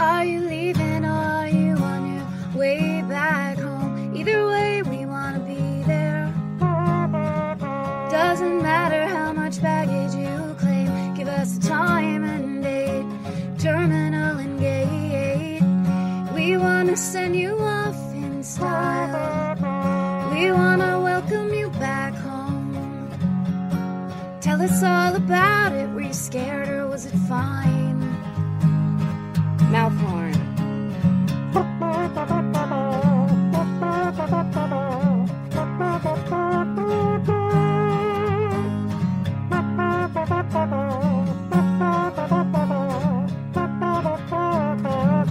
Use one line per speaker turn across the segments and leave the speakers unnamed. Are you leaving or are you on your way back home? Either way, we want to be there. Doesn't matter how much baggage you claim, give us a time and date, terminal and gate. We want to send you off in style. We want to welcome you back home. Tell us all about it. Were you scared or was it fine? Mouth horn. Do you need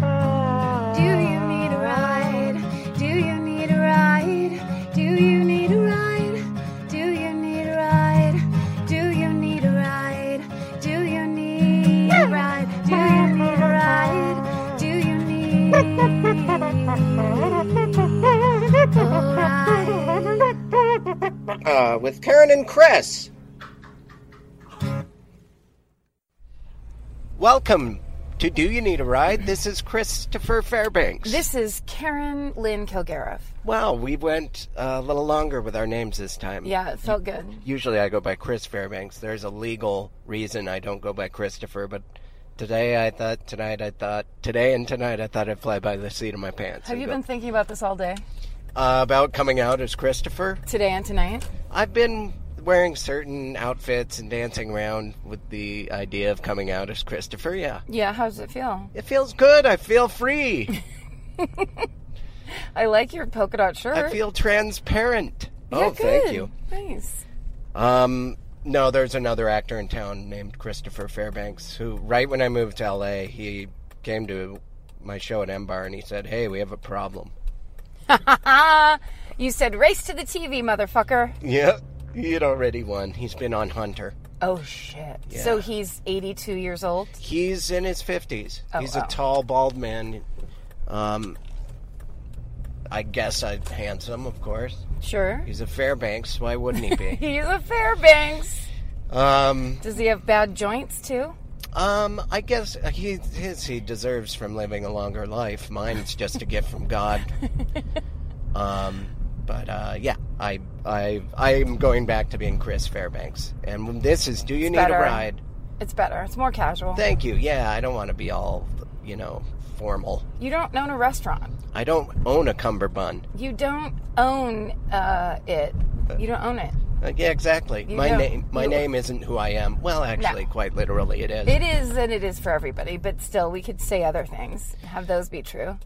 a ride? Do you need a ride? Do you need a ride? Do you need a ride? Do you need a ride? Do you need a ride? Do you need a ride? Do you need a ride?
Uh, with Karen and Cress. Welcome to Do You Need a Ride? This is Christopher Fairbanks.
This is Karen Lynn Kilgariff.
wow, we went a little longer with our names this time.
Yeah, it felt good.
Usually I go by Chris Fairbanks. There's a legal reason I don't go by Christopher, but today I thought, tonight I thought, today and tonight I thought I'd fly by the seat of my pants.
Have
and
you
go,
been thinking about this all day?
uh, about coming out as Christopher?
Today and tonight?
I've been wearing certain outfits and dancing around with the idea of coming out as Christopher. Yeah,
Yeah, how does it feel?
it feels good. I feel free.
I like your polka dot shirt.
I feel transparent.
Yeah,
oh, thank
good.
you.
Nice.
Um, no, there's another actor in town named Christopher Fairbanks who, right when I moved to LA, he came to my show at M Bar and he said, "Hey, we have a problem."
Ah, you said race to the TV, motherfucker.
Yep, he'd already won. He's been on Hunter.
Oh, shit. So he's 82 years old?
He's in his fifties. He's
Oh, wow.
a tall, bald man. Um, I guess I handsome, of course.
Sure.
He's a Fairbanks. Why wouldn't he be?
He's a Fairbanks.
um,
Does he have bad joints, too?
um, I guess he his he deserves from living a longer life. Mine's just a gift from God. Um, but uh, yeah, I I I am going back to being Chris Fairbanks, and this is Do You Need
better.
a Ride?
It's better. It's more casual.
Thank you. Yeah, I don't want to be all you know formal.
you don't own a restaurant.
I don't own a cummerbund.
You don't own uh, it. You don't own it.
Uh, yeah, exactly.
You
my
know-
name, my
you-
name isn't who I am. Well, actually, quite literally, it is.
It is, and it is for everybody, but still, we could say other things. Have those be true.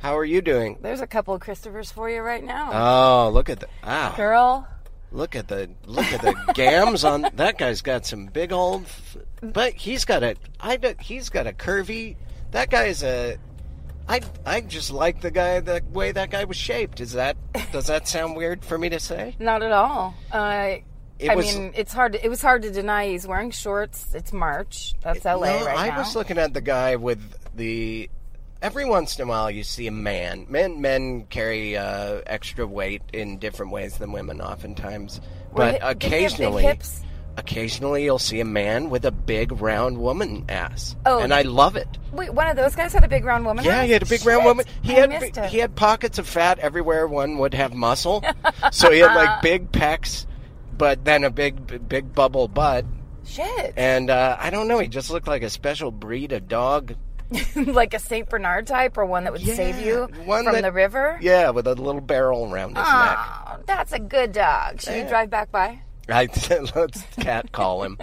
How are you doing?
There's a couple of Christophers for you right now.
Oh, look at the ah,
Girl,
look at the look at the gams on that guy's got some big old, f- but he's got a I don't- he's got a curvy. That guy's a. I I just like the guy the way that guy was shaped. Is that does that sound weird for me to say?
not at all. Uh,
It
I
was-
mean, it's hard. To, it was hard to deny he's wearing shorts. It's March. That's LA
No,
right
I
now.
was looking at the guy with the. Every once in a while, you see a man. Men men carry uh, extra weight in different ways than women, oftentimes.
Were hi- did he
But
have big
occasionally,
hips?
occasionally you'll see a man with a big round woman ass,
Oh.
and I love it.
Wait, one of those guys had a big round woman.
Yeah,
ass?
he had a big
Shit,
round woman. He
I
had
missed
bi-
it.
he had pockets of fat everywhere one would have muscle. so he had like big pecs, but then a big big bubble butt.
shit,
And uh, I don't know, he just looked like a special breed of dog
like a Saint Bernard type, or one that would save you
One
from
that-
the river.
Yeah, with a little barrel around his
Oh, that's a good dog. Should you drive back by?
neck. I let's cat call him.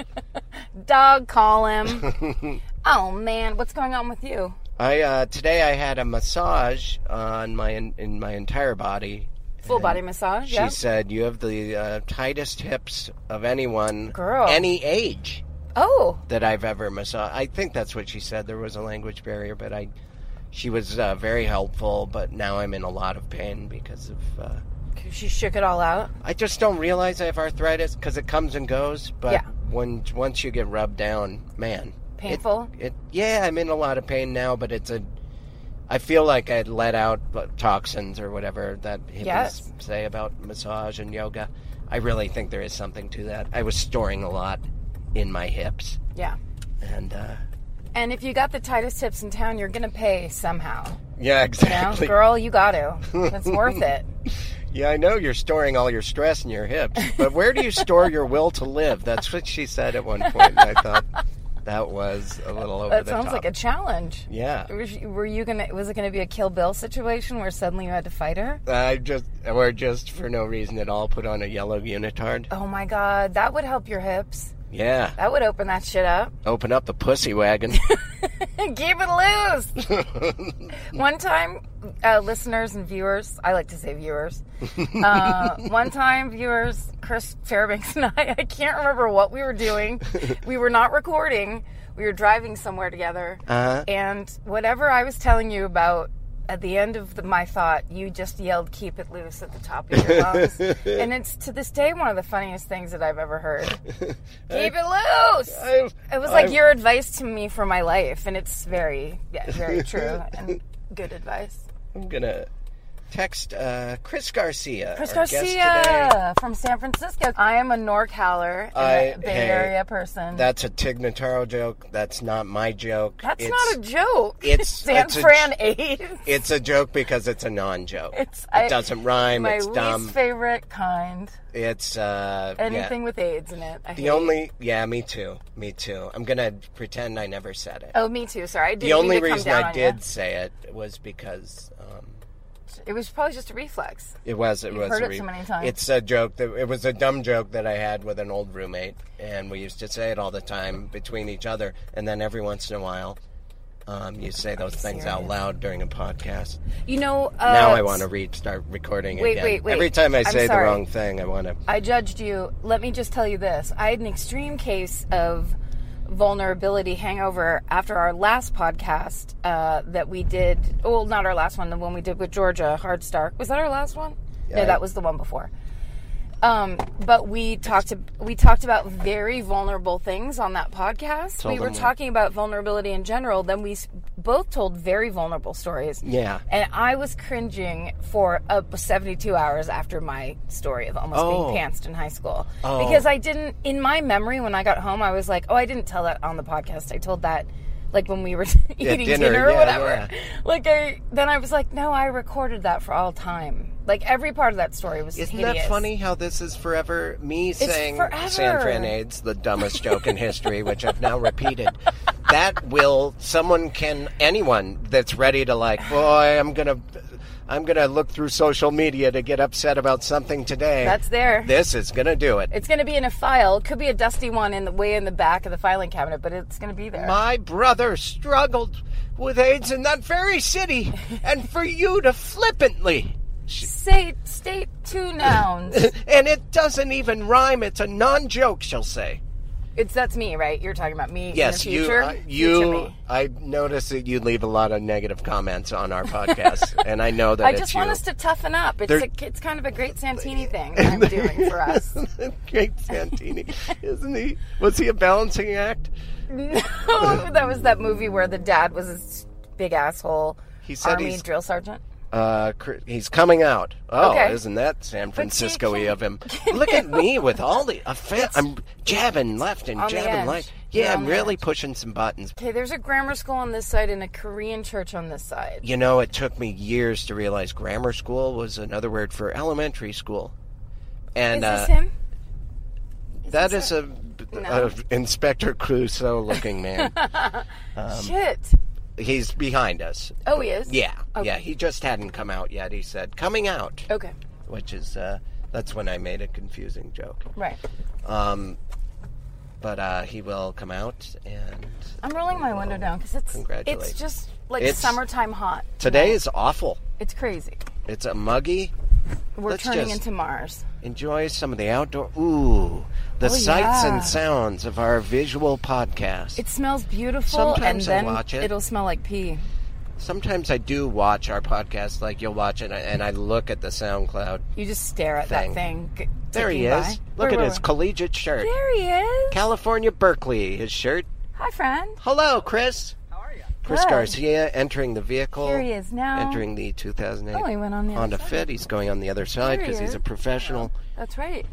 Dog, call him. oh man, what's going on with you?
I uh, today I had a massage on my in, in my entire body.
Full body massage.
She
yeah.
said you have the uh, tightest hips of anyone,
Girl.
any age
Oh,
that I've ever massaged. I think that's what she said. There was a language barrier, but I. She was uh, very helpful, but now I'm in a lot of pain because of. Uh,
she shook it all out.
I just don't realize I have arthritis because it comes and goes. But
Yeah.
when once you get rubbed down, man, it-
Painful?
It, yeah, I'm in a lot of pain now, but it's a. I feel like I let out uh, toxins or whatever that hippies
Yes.
say about massage and yoga, I really think there is something to that. I was storing a lot in my hips,
Yeah.
and uh,
And if you got the tightest hips in town, you're gonna pay somehow.
yeah,
You know,
exactly.
girl, you got to. It's worth it.
Yeah, I know you're storing all your stress in your hips, but where do you store your will to live? That's what she said at one point, and I thought that was a little over
That
the
sounds
top.
like a challenge.
yeah.
Was you- Were you gonna? Was it gonna be a Kill Bill situation where suddenly you had to fight her?
I just, or just for no reason at all, put on a yellow unitard.
Oh my God, that would help your hips.
Yeah,
That would open that shit up.
open up the pussy wagon.
Keep it loose. one time, uh, listeners and viewers, I like to say viewers. Uh, one time, viewers, Chris Fairbanks and I, I can't remember what we were doing. We were not recording, we were driving somewhere together.
Uh,
And whatever I was telling you about at the end of the, my thought, you just yelled "Keep it loose" at the top of your lungs, and it's to this day one of the funniest things that I've ever heard. Keep it loose.
I've-
it was like
I've-
your advice to me for my life, and it's very, yeah, very true and good advice.
I'm gonna text uh, Chris Garcia.
Chris
our guest today.
Garcia from San Francisco. I am a NorCaler, and
I-
a Bay
hey,
Area person.
That's a Tignataro joke. That's not my joke.
That's
it's,
not a joke.
it's-
San
it's a-
Fran A's.
It's a joke because it's a non-joke.
It's-
it
I-
doesn't rhyme.
My
it's
least
dumb.
favorite kind.
It's uh, yeah.
Anything with AIDS in it. I
The
hate.
only, yeah, me too, me too. I'm gonna pretend I never said it.
Oh, me too. Sorry, I did
the only
mean to come
reason
down
I
on
did
you.
say it was because um,
It was probably just a reflex.
it was it was
heard
a
it so many times.
It's a joke that it was a dumb joke that I had with an old roommate, and we used to say it all the time between each other. And then every once in a while, um, you say those things out
serious?
loud during a podcast.
You know. Uh,
now I want to re- start recording
wait,
again.
wait, wait.
Every time I
I'm
say the
sorry.
wrong thing, I want to.
I judged you. Let me just tell you this. I had an extreme case of vulnerability hangover after our last podcast uh, that we did. Well, not our last one. The one we did with Georgia Hard Stark. Was that our last one?
Yeah.
No, that was the one before. Um, but we talked ab- we talked about very vulnerable things on that podcast. we
them
were
what?
talking about vulnerability in general. Then we s- both told very vulnerable stories.
Yeah.
And I was cringing for up 72 hours after my story of almost
Oh.
being pantsed in high school. Because I didn't, in my memory, when I got home, I was like, oh, I didn't tell that on the podcast. I told that like when we were eating
dinner,
dinner, or
yeah,
whatever.
yeah.
Like, I, then I was like, no, I recorded that for all time. Like, every part of that story was
Isn't
hideous.
that funny how this is forever me saying
forever.
San Fran AIDS, the dumbest joke in history, which I've now repeated. That will someone can anyone that's ready to like, boy, I'm gonna I'm gonna look through social media to get upset about something today.
That's there.
This is gonna do it.
It's going to be in a file. Could be a dusty one in the way in the back of the filing cabinet, but it's going to be there.
My brother struggled with AIDS in that very city, and for you to flippantly
Say, state two nouns.
and it doesn't even rhyme, it's a non joke, she'll say.
It's that's me, right? You're talking about me.
Yes,
in the future?
you. I-
Future
you.
me.
I notice that you leave a lot of negative comments on our podcast, and I know that
I
it's
just want
you.
us to toughen up. It's
There-
a, it's kind of a great Santini thing that I'm doing for us.
Great Santini, isn't he? Was he a balancing act?
that was that movie where the dad was this big asshole
He said
army
he's-
drill sergeant.
Uh, cr- he's coming out. Oh,
Okay.
isn't that San Francisco-y
can-
of him? Look at me with all the offense. I'm jabbing left and
on the
jabbing
edge.
right.
You're
Yeah,
on
I'm
the
really pushing some buttons.
Okay, there's a grammar school on this side and a Korean church on this side.
You know, it took me years to realize grammar school was another word for elementary school. And
Is
uh,
this him?
That is a,
No.
a Inspector Clouseau looking man.
Shit.
He's behind us.
Oh, he is.
um, Yeah,
Okay. Oh.
yeah. He just hadn't come out yet. He said coming out,
Okay.
which is uh, that's when I made a confusing joke.
Right.
Um, but uh, he will come out, and
I'm rolling my window down because it's it's
Congratulations.
just like
It's-
summertime hot.
today is awful.
It's crazy.
It's a muggy.
We're
Let's
turning
just-
into Mars.
Enjoy some of the outdoor. Ooh, the sights
Oh, yeah.
and sounds of our visual podcast.
It smells beautiful, and
Sometimes I
then
watch it.
will smell like pee.
Sometimes I do watch our podcast. Like you'll watch it, and I look at the SoundCloud.
You just stare at
Thing.
that thing. g-
There he
ticking by.
is. Look
Where
at
were
his
we?
collegiate shirt.
there he is.
California Berkeley, his shirt.
Hi, friend.
Hello, Chris. How are you? Chris
Good.
Garcia entering the vehicle.
Here he is now.
Entering the 2008
Oh, he went on the other
Honda
side.
Fit. He's going on the other side
There he
because he's
is.
a professional.
That's right.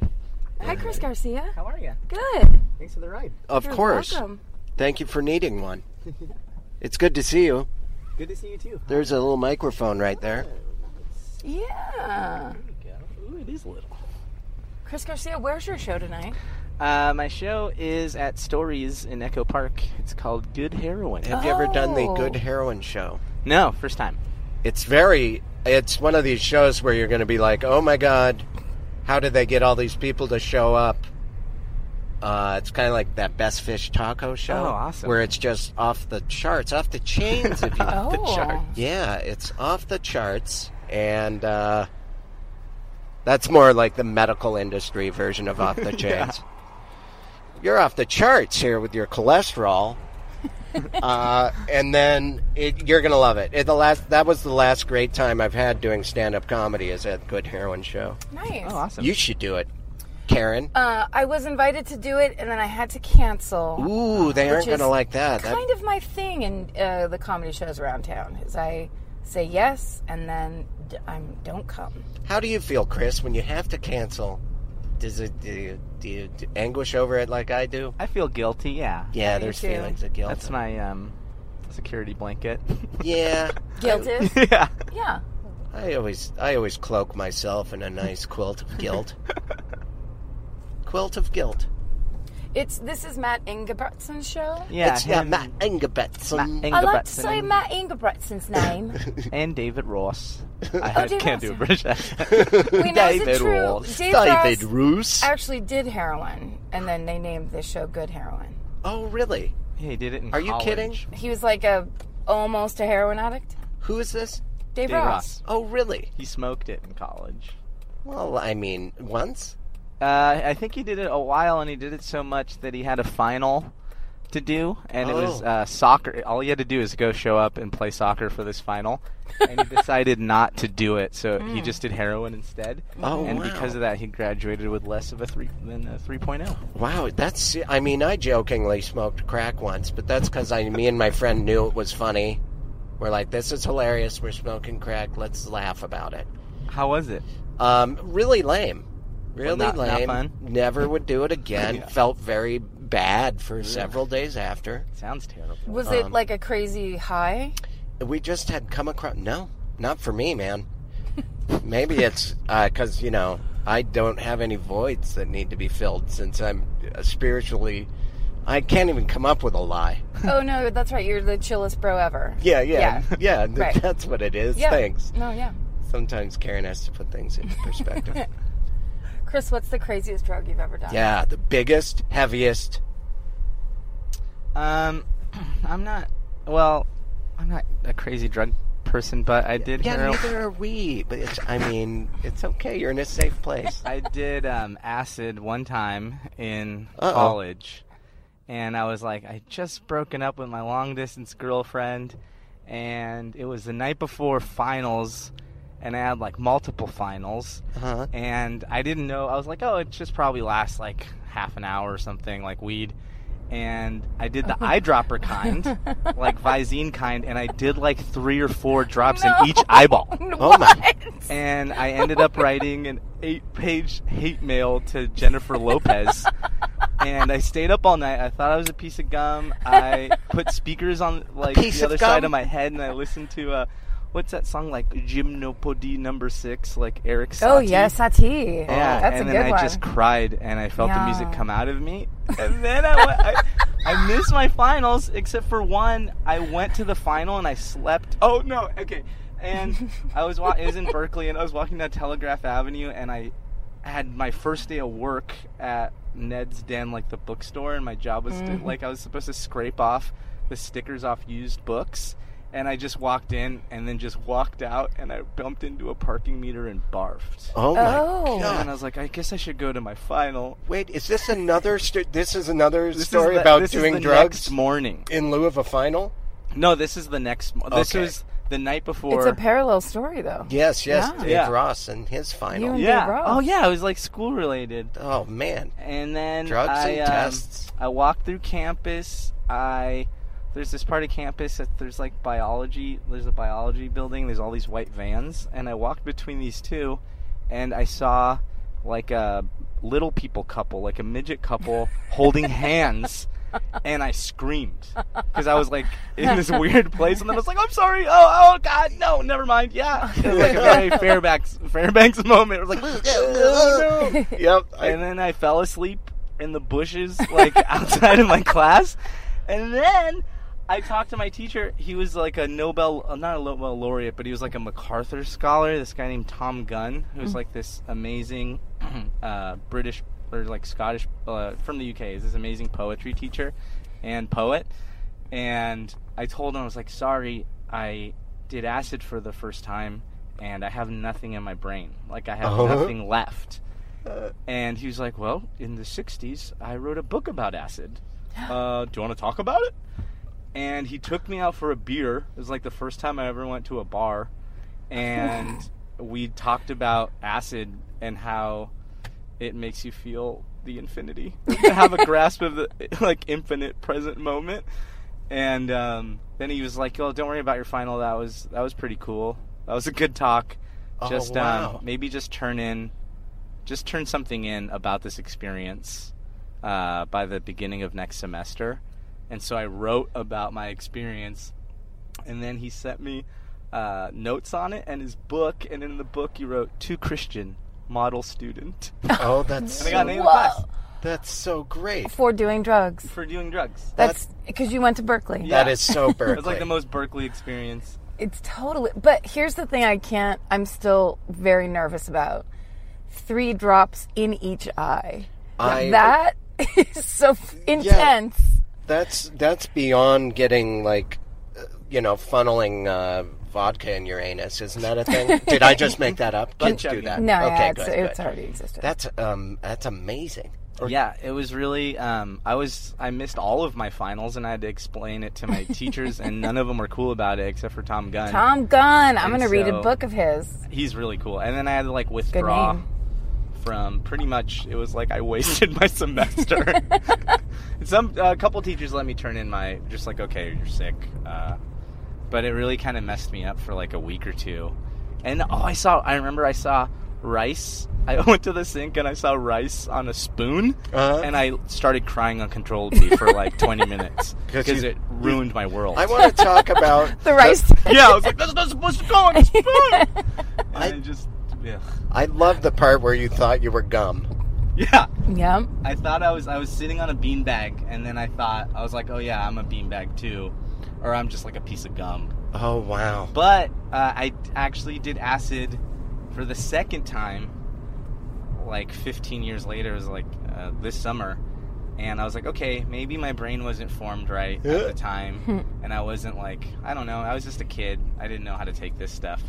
Hi, Chris Garcia.
How are you?
Good.
Thanks for the ride.
Of
You're
course.
Welcome.
Thank you for needing one. it's good to see you.
Good to see you too.
There's a little microphone right there.
Yeah.
There you go. Ooh, it is little.
Chris Garcia, where's your show tonight?
Uh, my show is at Stories in Echo Park. It's called Good Heroin.
Have you ever done the
Oh.
Good Heroin Show?
No, first time.
It's very. It's one of these shows where you're going to be like, oh my god, how did they get all these people to show up? Uh, it's kind of like that Best Fish Taco show.
Oh, awesome.
Where it's just off the charts, off the chains, if you
Oh.
chart.
Yeah, it's off the charts, and uh, that's more like the medical industry version of off the chains. You're off the charts here with your cholesterol, uh, and then it, you're gonna love it. it. The last that was the last great time I've had doing stand-up comedy is at Good Heroin Show.
Nice.
Oh, awesome.
You should do it, Karen.
Uh, I was invited to do it, and then I had to cancel.
Ooh, they aren't
is
gonna like that. That-
kind of my thing in uh, the comedy shows around town is I say yes and then d- I'm don't come.
How do you feel, Chris, when you have to cancel? Does it do you, do you anguish over it like I do?
I feel guilty. Yeah.
Yeah,
Me
there's
too.
feelings of guilt.
That's my um, security blanket.
Yeah,
Guilt is
yeah.
yeah.
I always I always cloak myself in a nice quilt of guilt. quilt of guilt.
It's this is Matt Ingebrigtsen's show.
Yeah.
it's yeah,
him
Matt Engebetson.
Matt
I like to say
Ingebrigtsen.
Matt Ingebrigtsen's name.
and David Ross. I
David
can't do a
Ross.
British accent.
We know it's a true- Dave Ross-
David Roos.
Actually, did heroin and then they named this show Good Heroin.
Oh, really?
Yeah, he did it in
Are you
college.
kidding?
He was like a almost a heroin addict.
Who is this?
Dave,
Dave Ross.
Oh, really?
He smoked it in college.
Well, I mean, once.
Uh, I think he did it a while, and he did it so much that he had a final to do, and it was
Oh.
uh, soccer. All he had to do is go show up and play soccer for this final, and he decided not to do it, so he just did heroin instead.
Oh,
and
wow.
because of that, he graduated with less of a three oh. than a 3.0.
Wow, that's. I mean, I jokingly smoked crack once, but that's because I, me and my friend knew it was funny. We're like, this is hilarious. We're smoking crack. Let's laugh about it.
How was it?
Um, really lame. Really
not- not
lame.
fun?
Never would do it again.
Yeah.
Felt very bad for several days after.
Sounds terrible.
was it
Um.
like a crazy high?
We just had come across. No, not for me, man. Maybe it's because you know I don't have any voids that need to be filled since I'm uh, spiritually. I can't even come up with a lie.
oh no, that's right. You're the chillest bro ever.
Yeah, yeah, yeah. th-
Right.
That's what it is.
Yeah.
Thanks.
No, yeah.
Sometimes Karen has to put things into perspective.
Chris, what's the craziest drug you've ever done?
yeah, the biggest, heaviest.
Um, I'm not. Well, I'm not a crazy drug person, but I did
Yeah,
heroin.
neither are we. But it's, I mean, it's okay. You're in a safe place.
I did um, acid one time in
Uh-oh.
college, and I was like, I just broken up with my long distance girlfriend, and it was the night before finals, and I had like multiple finals,
Uh-huh.
and I didn't know. I was like, oh, it just probably lasts like half an hour or something, like weed. And I did the eyedropper kind, like Visine kind, and I did like three or four drops
No.
in each eyeball
Oh my!
and I ended up writing an eight-page hate mail to Jennifer Lopez. and I stayed up all night. I thought I was a piece of gum. I put speakers on like
piece
the
of
other side
gum?
of my head, and I listened to uh, what's that song like Gymnopodie Number Six, like Eric.
Oh
Satie.
yeah, Sati.
Yeah,
that's
Oh, and
a
then
good
I
one.
just cried, and I felt the music
Yeah.
come out of me. And then I, went, I, I missed my finals, except for one. I went to the final and I slept. Oh no, okay. And I was wa- it was in Berkeley, and I was walking down Telegraph Avenue, and I had my first day of work at Ned's Den, like the bookstore, and my job was
Mm.
to, like I was supposed to scrape off the stickers off used books. And I just walked in and then just walked out, and I bumped into a parking meter and barfed.
Oh my
Oh.
Yeah, and I
god!
was like, I guess I should go to my final.
Wait, is this another? St- this is another
This is
story
the-
about
this is
doing
the
drugs
Next morning.
in lieu of a final.
No, this is the next. mo- This
Okay.
was the night before.
it's a parallel story though.
Yes, yes,
Yeah.
Dave
Yeah.
Ross and his final.
You-
yeah.
Dave Ross.
Oh yeah, it was like school related.
Oh man!
And then
Drugs
I,
and
um,
tests.
I walked through campus. I there's this part of campus that there's like biology. There's a biology building. There's all these white vans, and I walked between these two, and I saw like a little people couple, like a midget couple holding hands. And I screamed because I was like in this weird place, and then I was like, "I'm sorry, oh, oh, God, no, never mind." Yeah, it was like a very Fairbanks Fairbanks moment. It was like, "Oh, no."
Yep. I-
and then I fell asleep in the bushes, like outside of my class. And then I talked to my teacher. He was like a Nobel, uh, not a Nobel laureate, but he was like a MacArthur scholar. This guy named Tom Gunn, who's like this amazing uh, British or like Scottish uh, from the UK. Is this amazing poetry teacher and poet? And I told him I was like, sorry, I did acid for the first time, and I have nothing in my brain. Like I have
Uh-huh.
nothing left. And he was like, Well, in the 60s, I wrote a book about acid. Uh, do you want to talk about it? And he took me out for a beer. It was like the first time I ever went to a bar. And we talked about acid and how it makes you feel the infinity, have a grasp of the like infinite present moment. And um, then he was like, "Oh, don't worry about your final. That was that was pretty cool. That was a good talk.
Oh,
just
wow.
um, maybe just turn in, just turn something in about this experience uh, by the beginning of next semester." And so I wrote about my experience, and then he sent me uh, notes on it and his book. And in the book, he wrote to Christian model student.
oh, that's
And I got an A in the
Whoa.
class
that's so great.
for doing drugs.
for doing drugs.
That's because you went to Berkeley.
Yeah.
That is so Berkeley.
It was like the most Berkeley experience.
It's totally. But here's the thing I can't, I'm still very nervous about three drops in each eye.
I-
that is so f- intense.
That's that's beyond getting like, uh, you know, funneling uh, vodka in your anus. Isn't that a thing? Did I just make that up? Kids do
checking.
that.
No,
okay,
yeah, it's,
good,
it's
good.
already existed.
That's um, that's amazing.
yeah, it was really. Um, I was I missed all of my finals, and I had to explain it to my teachers, and none of them were cool about it except for Tom Gunn.
Tom Gunn. I'm
And
going to read a
so-
book of his.
He's really cool. And then I had to like withdraw
name.
from pretty much. It was like I wasted my semester. Some a couple teachers let me turn in my just like okay you're sick, uh, but it really kind of messed me up for like a week or two. And oh, I saw. I remember I saw rice. I went to the sink and I saw rice on a spoon,
Uh-huh.
and I started crying uncontrollably for like 20 minutes
'Cause
because
you-
it ruined my world.
I want to talk about
The rice.
yeah, I was like, that's not supposed to go on a spoon. and
I-
I just yeah.
I love the part where you thought you were gum.
Yeah,
yeah.
I thought I was I was sitting on a beanbag, and then I thought I was like, oh yeah, I'm a beanbag too, or I'm just like a piece of gum.
Oh wow.
But uh, I actually did acid for the second time, like 15 years later. It was like uh, this summer, and I was like, okay, maybe my brain wasn't formed right at the time, and I wasn't like, I don't know, I was just a kid. I didn't know how to take this stuff,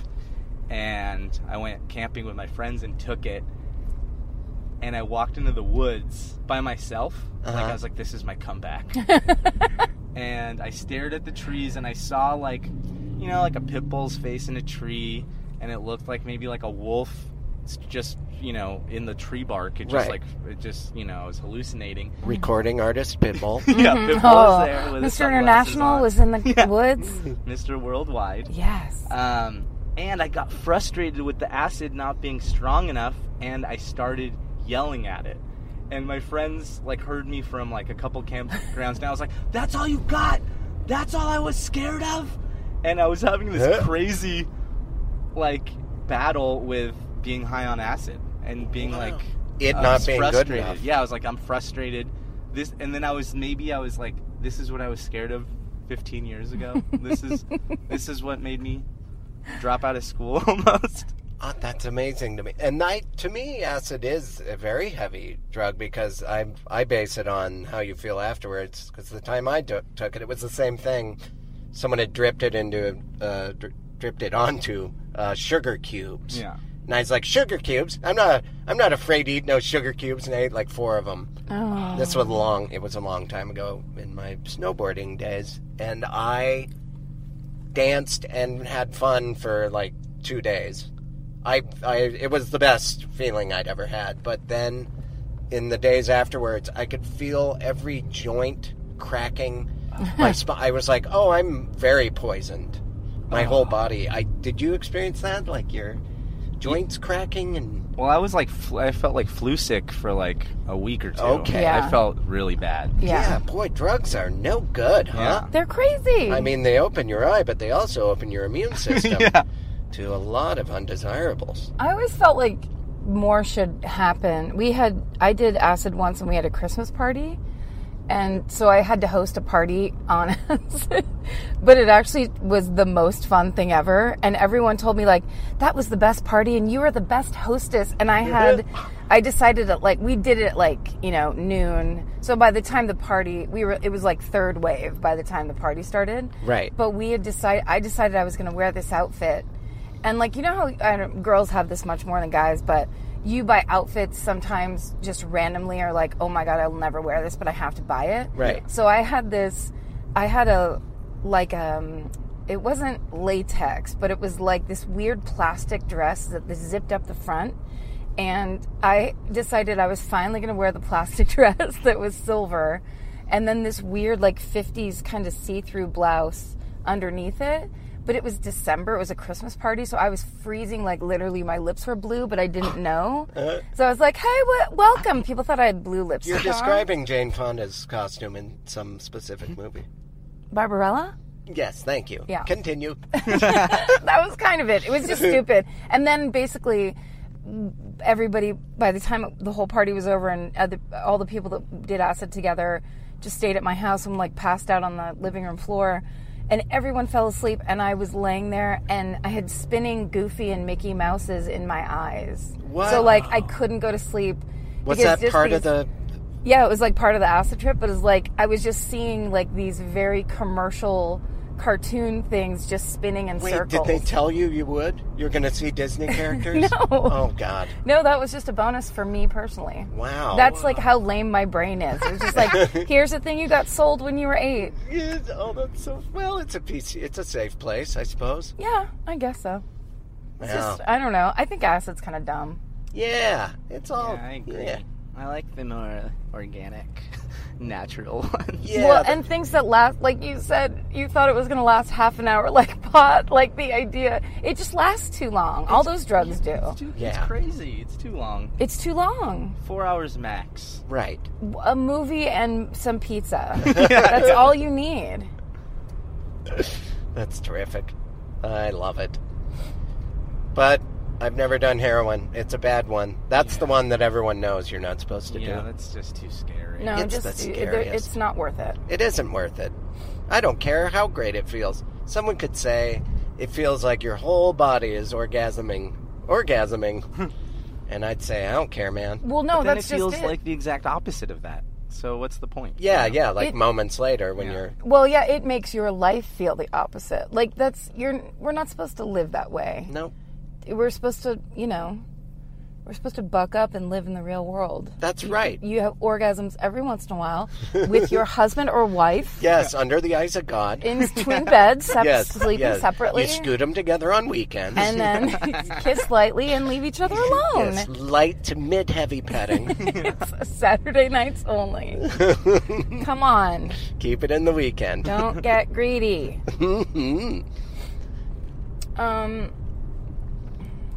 and I went camping with my friends and took it. And I walked into the woods by myself. Like
Uh-huh.
I was like, "This is my comeback." and I stared at the trees and I saw like you know like a pit bull's face in a tree and it looked like maybe like a wolf s- just you know in the tree bark it just like
Right.
it just you know was hallucinating
Recording artist Pitbull.
yeah pit bull was there with his
Mr.
sunglasses
Mm-hmm. Oh, International
on.
was in the
Yeah.
woods.
Mr. Worldwide
Yes.
um, and I got frustrated with the acid not being strong enough, and I started yelling at it. And my friends like heard me from like a couple campgrounds, and I was like, "That's all you got? That's all I was scared of?" And I was having
Huh?
this crazy like battle with being high on acid and being
Wow.
like
It
I
not
was
being good
frustrated.
enough.
Yeah, I was like, I'm frustrated. This, and then I was maybe I was like, this is what I was scared of 15 years ago. this is this is what made me drop out of school almost.
Ah, that's amazing to me. And I, to me, acid is a very heavy drug because I I base it on how you feel afterwards. Because the time I do- took it, it was the same thing. Someone had dripped it into, uh, dri- dripped it onto uh, sugar cubes.
Yeah.
And I was like, sugar cubes? I'm not. I'm not afraid to eat no sugar cubes. And I ate like four of them.
oh.
This was long. It was a long time ago in my snowboarding days, and I danced and had fun for like two days. I, I, it was the best feeling I'd ever had. But then, in the days afterwards, I could feel every joint cracking. My spine. I was like, oh, I'm very poisoned. My whole body. I did you experience that? Like your joints cracking and
Well, I was like, fl- I felt like flu sick for like a week or two.
Okay.
Yeah.
I felt really bad.
Yeah.
boy, drugs are no good, huh?
They're crazy.
I mean, they open your eye, but they also open your immune system
yeah.
to a lot of undesirables.
I always felt like more should happen. We had I did acid once and we had a Christmas party. And so I had to host a party on acid. but it actually was the most fun thing ever and everyone told me like that was the best party and you were the best hostess and I had I decided that like we did it at, like, you know, noon. So by the time the party we were it was like third wave by the time the party started.
Right.
But we had decided I decided I was going to wear this outfit and like you know how I don't, girls have this much more than guys, but you buy outfits sometimes just randomly are like, oh my god, I'll never wear this, but I have to buy it.
Right.
So I had this, I had a like um, it wasn't latex, but it was like this weird plastic dress that this zipped up the front. And I decided I was finally going to wear the plastic dress that was silver, and then this weird like '50s kind of see-through blouse underneath it. But it was December. It was a Christmas party, so I was freezing. Like literally, my lips were blue, but I didn't know. so I was like, "Hey, what? Welcome!" People thought I had blue lips.
Uh-huh. You're describing Jane Fonda's costume in some specific movie.
Barbarella.
Yes, thank you.
Yeah.
Continue.
that was kind of it. It was just stupid. And then basically, everybody by the time the whole party was over and other, all the people that did acid together just stayed at my house and like passed out on the living room floor and everyone fell asleep and i was laying there and i had spinning goofy and mickey mouses in my eyes so
Wow.
like i couldn't go to sleep
Was
because
that
just
part of
these-
the
yeah, it was like part of the acid trip, but it was like I was just seeing like these very commercial cartoon things just spinning in
Wait,
circles.
did they tell you you would? You're going to see Disney characters?
No.
Oh, God.
no, that was just a bonus for me personally.
Oh, Wow.
That's like how lame my brain is. It's just like, here's the thing you got sold when you were eight.
Yeah, oh, that's so. Well, it's a PC. It's a safe place, I suppose.
Yeah, I guess so. It's
Yeah.
just, I don't know. I think acid's kind of dumb.
yeah, it's all.
I agree.
Yeah,
I like the more organic, natural ones.
Yeah,
well,
but-
and things that last, like you said, you thought it was going to last half an hour, like pot, like the idea. It just lasts too long. All those drugs do.
It's, too,
Yeah.
it's crazy. It's too long.
It's too long.
Four hours max.
right.
a movie and some pizza. That's all you need.
That's terrific. I love it. But I've never done heroin. It's a bad one. That's the one that everyone knows you're not supposed to
Yeah,
do.
that's just too scary.
No,
It's
just
the
it-
scariest.
it's not worth it.
It isn't worth it. I don't care how great it feels. Someone could say it feels like your whole body is orgasming, orgasming, and I'd say I don't care, man.
Well, no,
But then
that's
it feels
just it.
like the exact opposite of that. So what's the point?
Yeah, yeah. Like
It-
moments later when
Yeah.
you're
well, yeah, it makes your life feel the opposite. Like that's you're we're not supposed to live that way.
no.
We're supposed to, you know, we're supposed to buck up and live in the real world.
That's right.
You have orgasms every once in a while with your husband or wife
Yes, under the eyes of God.
in twin beds, sep-
yes,
sleeping
yes.
separately,
You scoot them together on weekends.
and then kiss lightly and leave each other alone.
Yes, light to mid heavy petting.
Saturday nights only. Come on,
Keep it in the weekend.
don't get greedy. Um,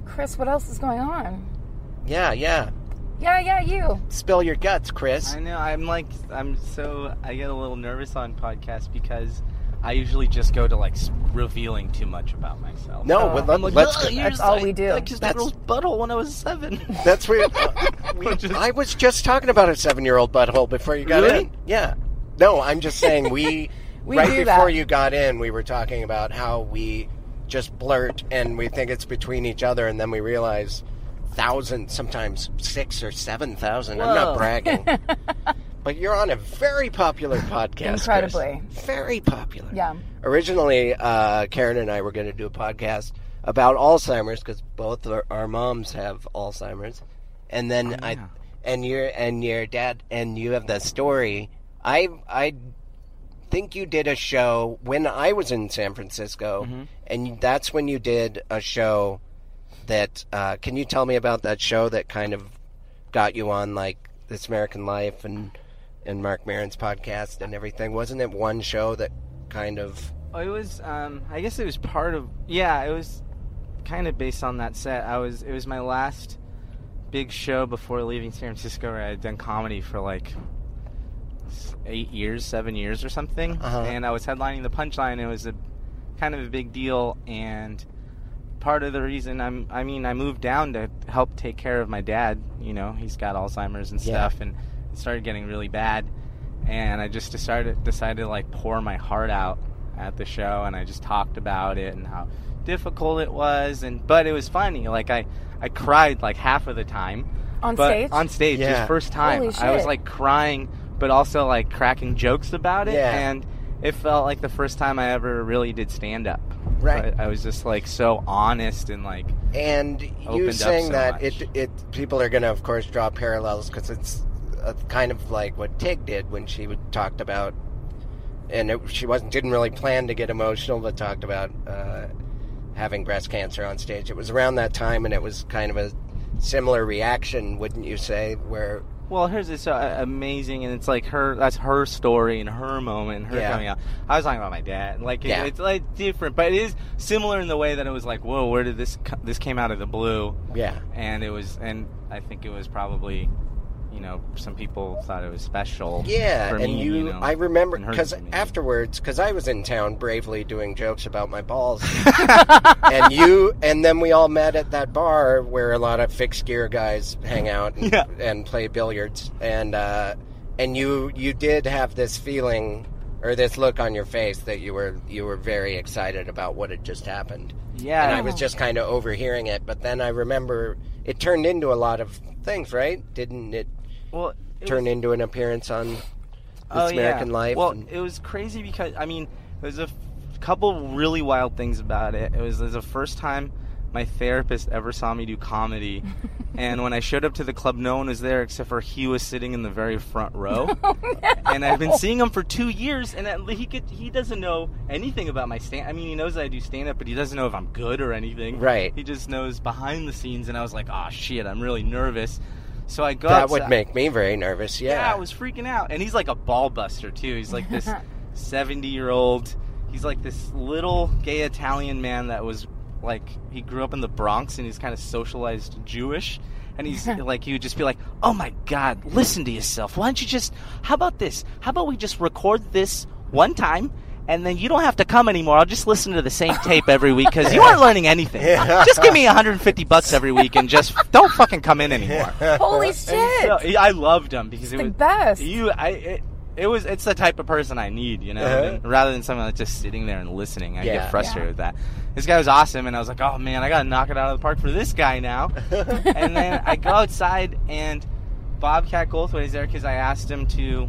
Chris, what else is going on?
yeah, yeah.
Yeah, yeah, you.
Spill your guts, Chris.
I know. I'm like, I'm so I get a little nervous on podcasts because I usually just go to like s- revealing too much about myself.
no,
Oh.
well, let,
I'm like,
let's.
"Ugh,
go-
you're
that's
just-
all
I-
we do."
I kissed a
That's-
girl's butthole when I was seven.
That's weird.
We're just-
I was just talking about a seven-year-old butthole before you got
Really?
in. Yeah. No, I'm just saying we.
We
right
do that.
before you got in, we were talking about how we just blurt and we think it's between each other, and then we realize thousands, sometimes six or seven thousand. I'm not
Whoa.
bragging, but you're on a very popular podcast. Chris.
Incredibly.
very popular.
Yeah.
Originally, uh, Karen and I were going to do a podcast about Alzheimer's because both our, our moms have Alzheimer's, and then I, and your and your dad and you have that story. I I think you did a show when I was in San Francisco, and that's when you did a show that. Uh, can you tell me about that show that kind of got you on like This American Life and and Mark Maron's podcast and everything? Wasn't it one show that kind of
Oh, it was. Um, I guess it was part of. Yeah, it was kind of based on that set. I was it was my last big show before leaving San Francisco, where I had done comedy for like s- eight years, seven years or something,
Uh-huh.
and I was headlining the Punchline. It was a kind of a big deal, and part of the reason I'm I mean I moved down to help take care of my dad. You know, he's got Alzheimer's and
Yeah.
stuff, and it started getting really bad. And I just decided decided to like pour my heart out at the show, and I just talked about it and how difficult it was, and but it was funny. Like I I cried like half of the time
On
but
stage?
On stage,
Yeah.
just first time.
Holy
I was
shit.
like crying, but also like cracking jokes about it,
Yeah.
and it felt like the first time I ever really did stand up.
Right.
I was just like so honest and like
And
Opened
you
up
saying
so
that
much.
it it people are going to of course draw parallels because it's uh kind of like what Tig did when she would- talked about, and it, she wasn't didn't really plan to get emotional, but talked about uh, having breast cancer on stage. It was around that time, and it was kind of a similar reaction, wouldn't you say? Where
Well, hers is so uh, amazing, and it's like her—that's her story and her moment, and her
Yeah.
coming out. I was talking about my dad, like it,
Yeah.
it's like different, but it is similar in the way that it was like, whoa, where did this? co- This came out of the blue,
yeah,
and it was, and I think it was probably, you know, some people thought it was special.
Yeah,
for
and
me,
you,
know,
I remember
and hers
because
for me.
afterwards, because I was in town bravely doing jokes about my balls, and you, and then we all met at that bar where a lot of fixed gear guys hang out and,
Yeah.
and play billiards, and uh, and you you did have this feeling or this look on your face that you were you were very excited about what had just happened
yeah,
and I was just kind of overhearing it, but then I remember it turned into a lot of things, right? Didn't it
well, it
turn
was-
into an appearance on This American Life?
Oh, Well,
and-
it was crazy because I mean, there's a f- couple really wild things about it. It was, it was the first time my therapist ever saw me do comedy, and when I showed up to the club, no one was there except for he was sitting in the very front row.
Oh,
And I've been seeing him for two years, and at, le- he could, he doesn't know anything about my stand. I mean, he knows that I do stand up, but he doesn't know if I'm good or anything.
Right.
He just knows behind the scenes, and I was like, oh shit, I'm really nervous. So I go.
that would
outside-
make me very nervous. Yeah,
yeah, I was freaking out. And he's like a ball buster too. He's like this seventy year old he's like this little gay Italian man that was like he grew up in the Bronx and he's kind of socialized Jewish. And he's like, he would just be like, oh my God, listen to yourself. Why don't you just, how about this? How about we just record this one time and then you don't have to come anymore. I'll just listen to the same tape every week because you aren't learning anything.
Yeah.
Just give me 150 bucks every week and just don't fucking come in anymore.
Holy shit!
So, he- I loved him because it
the
was
best.
You, I, it, it was. It's the type of person I need, you know.
Uh-huh.
And rather than someone that's just sitting there and listening, I
Yeah.
get frustrated with that. This guy was awesome, and I was like, oh man, I gotta knock it out of the park for this guy now. and then I go outside, and Bobcat Goldthwait is there because I asked him to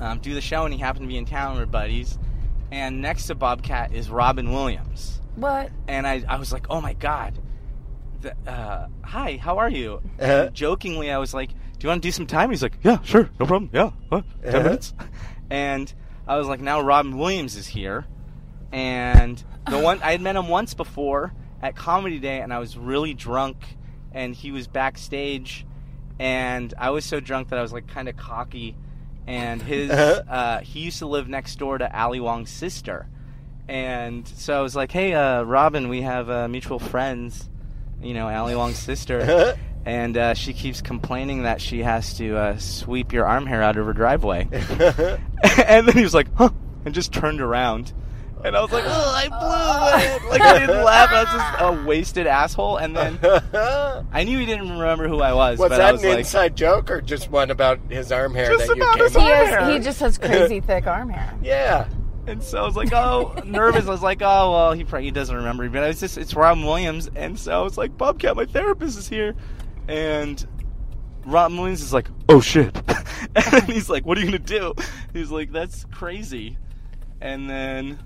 um, do the show, and he happened to be in town. We're buddies. And next to Bobcat is Robin Williams
what?
and I, I was like, oh my god, the, uh, hi, how are you?
Uh-huh.
And jokingly, I was like, do you want to do some time? He's like, yeah, sure, no problem, yeah, what, 10
Uh-huh.
minutes? And I was like, now Robin Williams is here, and the one I had met him once before at Comedy Day, and I was really drunk, and he was backstage, and I was so drunk that I was like kind of cocky, and his
Uh-huh.
uh, he used to live next door to Ali Wong's sister. And so I was like, hey, uh, Robin, we have uh, mutual friends, you know, Ali Wong's sister. and uh, she keeps complaining that she has to uh, sweep your arm hair out of her driveway. and then he was like, huh, and just turned around. And I was like, oh, I blew it. Like, I didn't laugh. I was just a wasted asshole. And then I knew he didn't remember who I was,
was
but
that
I was
an
like,
inside joke or just one about his arm hair
Just
that you
about
came
his
He
up?
arm.
has, he just has crazy thick arm hair.
Yeah,
And so I was like, oh, nervous. I was like, oh, well, he probably he doesn't remember me. But I was just, it's Robin Williams. And so I was like, Bobcat, my therapist is here. And Robin Williams is like, oh, shit. and he's like, what are you going to do? He's like, that's crazy. And then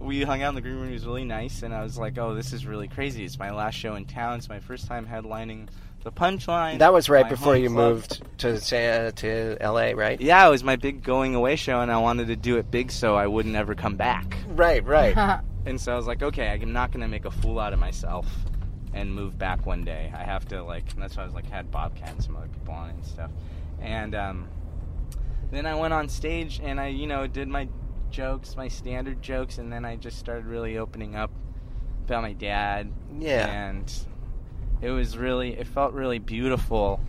we hung out in the green room. He was really nice. And I was like, oh, this is really crazy. It's my last show in town. It's my first time headlining the punchline.
that was right
my
before
home
you
club.
moved to Sa- to L.A., right?
Yeah, it was my big going away show. And I wanted to do it big so I wouldn't ever come back.
Right,
Uh-huh.
right.
And so I was like, okay, I'm not gonna make a fool out of myself and move back one day. I have to like. And that's why I was like had Bobcat and some other people on it and stuff. And um, then I went on stage and I, you know, did my jokes, my standard jokes, and then I just started really opening up about my dad.
Yeah.
And it was really, it felt really beautiful,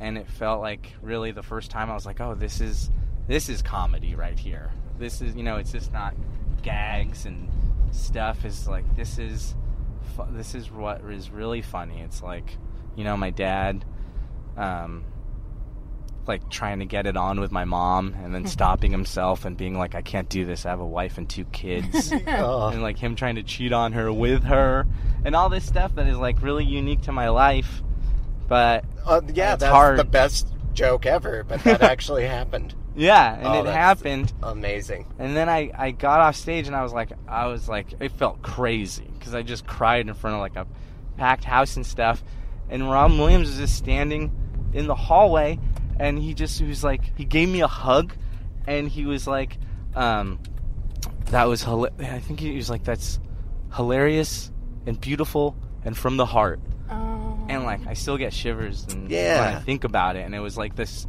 and it felt like really the first time I was like, oh, this is this is comedy right here. This is you know, it's just not gags and stuff. It's like this is fu- this is what is really funny. It's like you know, my dad. Um, like trying to get it on with my mom and then stopping himself and being like, I can't do this. I have a wife and two kids.
Oh,
and like him trying to cheat on her with her and all this stuff that is like really unique to my life. But
uh, yeah,
It's
that's
hard.
the best joke ever, but that actually happened.
yeah, and
Oh,
it
that's-
happened.
Amazing.
And then I, I got off stage and I was like, I was like, it felt crazy because I just cried in front of like a packed house and stuff. And Robin Williams was just standing in the hallway and he just, he was like, he gave me a hug and he was like, um, that was, hila- I think he was like, that's hilarious and beautiful and from the heart.
Oh.
and like I still get shivers and when
Yeah.
I think about it. And it was like this,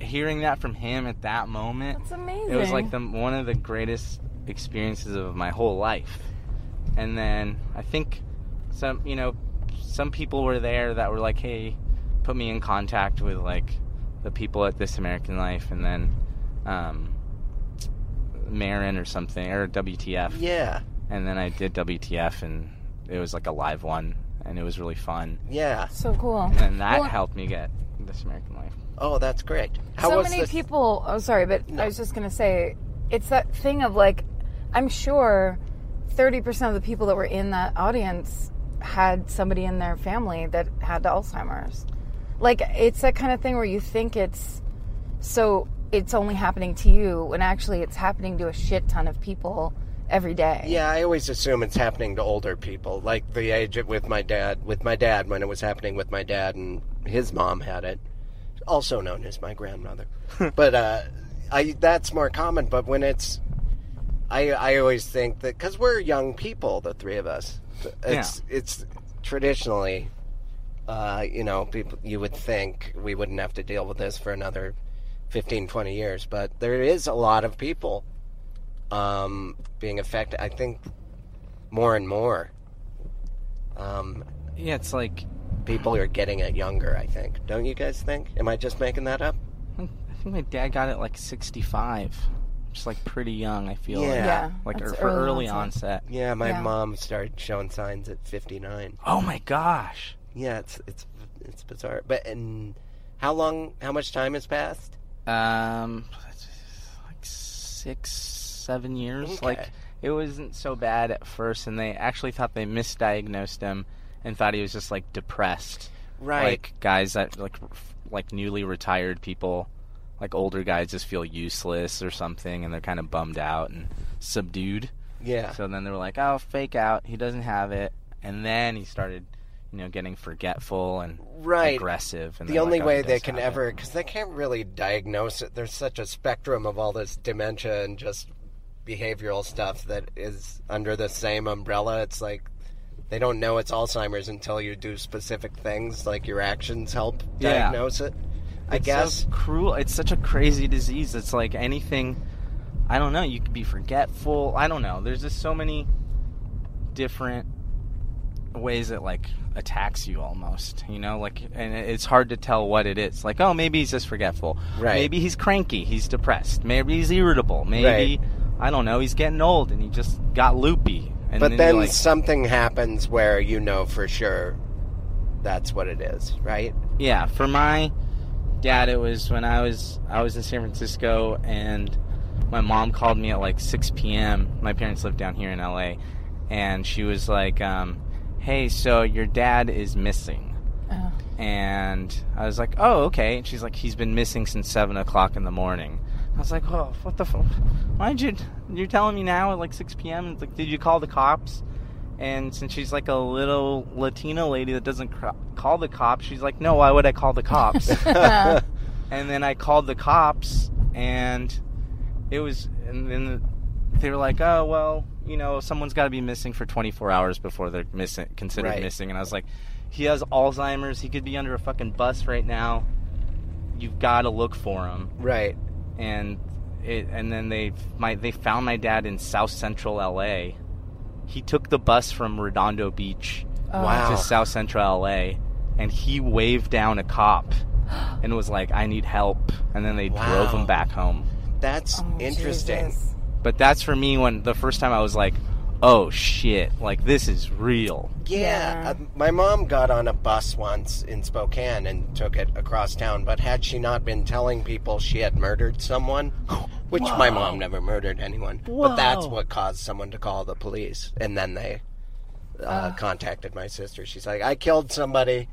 hearing that from him at that moment,
That's amazing.
it was like the one of the greatest experiences of my whole life. And then I think some, you know, some people were there that were like, "Hey, put me in contact with like the people at This American Life," and then. um Marin or something or WTF
Yeah,
and then I did WTF and it was like a live one and it was really fun
yeah.
so cool.
and then that
Well-
helped me get this American Life.
Oh, that's great. How
so
was
many
this?
people. Oh, sorry, but I was just gonna say, it's that thing of like, I'm sure, thirty percent of the people that were in that audience had somebody in their family that had Alzheimer's. Like, it's that kind of thing where you think it's so it's only happening to you, when actually it's happening to a shit ton of people every day.
Yeah, I always assume it's happening to older people, like the age it- with my dad. With my dad, when it was happening with my dad, and his mom had it, also known as my grandmother. but uh, I that's more common. But when it's, I I always think that because we're young people, the three of us, it's it's traditionally, uh, you know, people you would think we wouldn't have to deal with this for another 15, 20 years, but there is a lot of people um, being affected. I think more and more um,
Yeah, it's like
people are getting it younger. I think, don't you guys think? Am I just making that up?
I think my dad got it like 65, just like pretty young. I feel
Yeah.
Yeah.
like, like
that's
or for early
onset.
onset.
Yeah, my
Yeah.
mom started showing signs at 59.
Oh my gosh,
Yeah, it's it's it's bizarre. But and how long? How much time has passed?
um, that's like six, seven years.
Okay.
Like it wasn't so bad at first, and they actually thought they misdiagnosed him and thought he was just like depressed. like guys that like r- like newly retired people like older guys just feel useless or something and they're kind of bummed out and subdued
yeah.
so then they were like oh fake out he doesn't have it and then he started you know getting forgetful and
Right.
aggressive and
the
they're
only
like, "Oh, he
way they
does
can
have
ever
it."
because they can't really diagnose it there's such a spectrum of all this dementia and just behavioral stuff that is under the same umbrella it's like they don't know it's alzheimer's until you do specific things like your actions help
Yeah.
diagnose it i
It's so
guess
cruel it's such a crazy disease it's like anything i don't know you could be forgetful i don't know there's just so many different ways it like attacks you almost you know like and it- it's hard to tell what it is like oh maybe he's just forgetful
Right.
maybe he's cranky he's depressed maybe he's irritable maybe i don't know he's getting old and he just got loopy and
but
then,
then,
you're like,
something happens where you know for sure that's what it is right
yeah for my dad it was when i was i was in san francisco and my mom called me at like 6 p.m my parents live down here in la and she was like um, hey so your dad is missing
Oh.
and i was like oh okay and she's like he's been missing since 7 o'clock in the morning i was like oh what the fuck why'd you you're telling me now at like 6 p.m it's like did you call the cops and since she's like a little Latina lady that doesn't cr- call the cops, she's like, "No, why would I call the cops?" and then I called the cops, and it was, and then they were like, "Oh, well, you know, someone's got to be missing for 24 hours before they're missing, considered
Right.
missing." And I was like, "He has Alzheimer's. He could be under a fucking bus right now. You've got to look for him."
right
and it and then they my they found my dad in South Central L.A. he took the bus from Redondo Beach
Oh. Wow.
to South Central LA, and he waved down a cop and was like, "I need help," and then they drove
Wow.
him back home.
That's
Oh,
interesting.
Jesus.
But that's for me when the first time I was like, "Oh shit! Like this is real."
Yeah,
Yeah.
Uh, my mom got on a bus once in Spokane and took it across town. But had she not been telling people she had murdered someone, which my mom never murdered anyone, but that's
Whoa.
what caused someone to call the police. And then they uh,
Ah.
contacted my sister. She's like, "I killed somebody."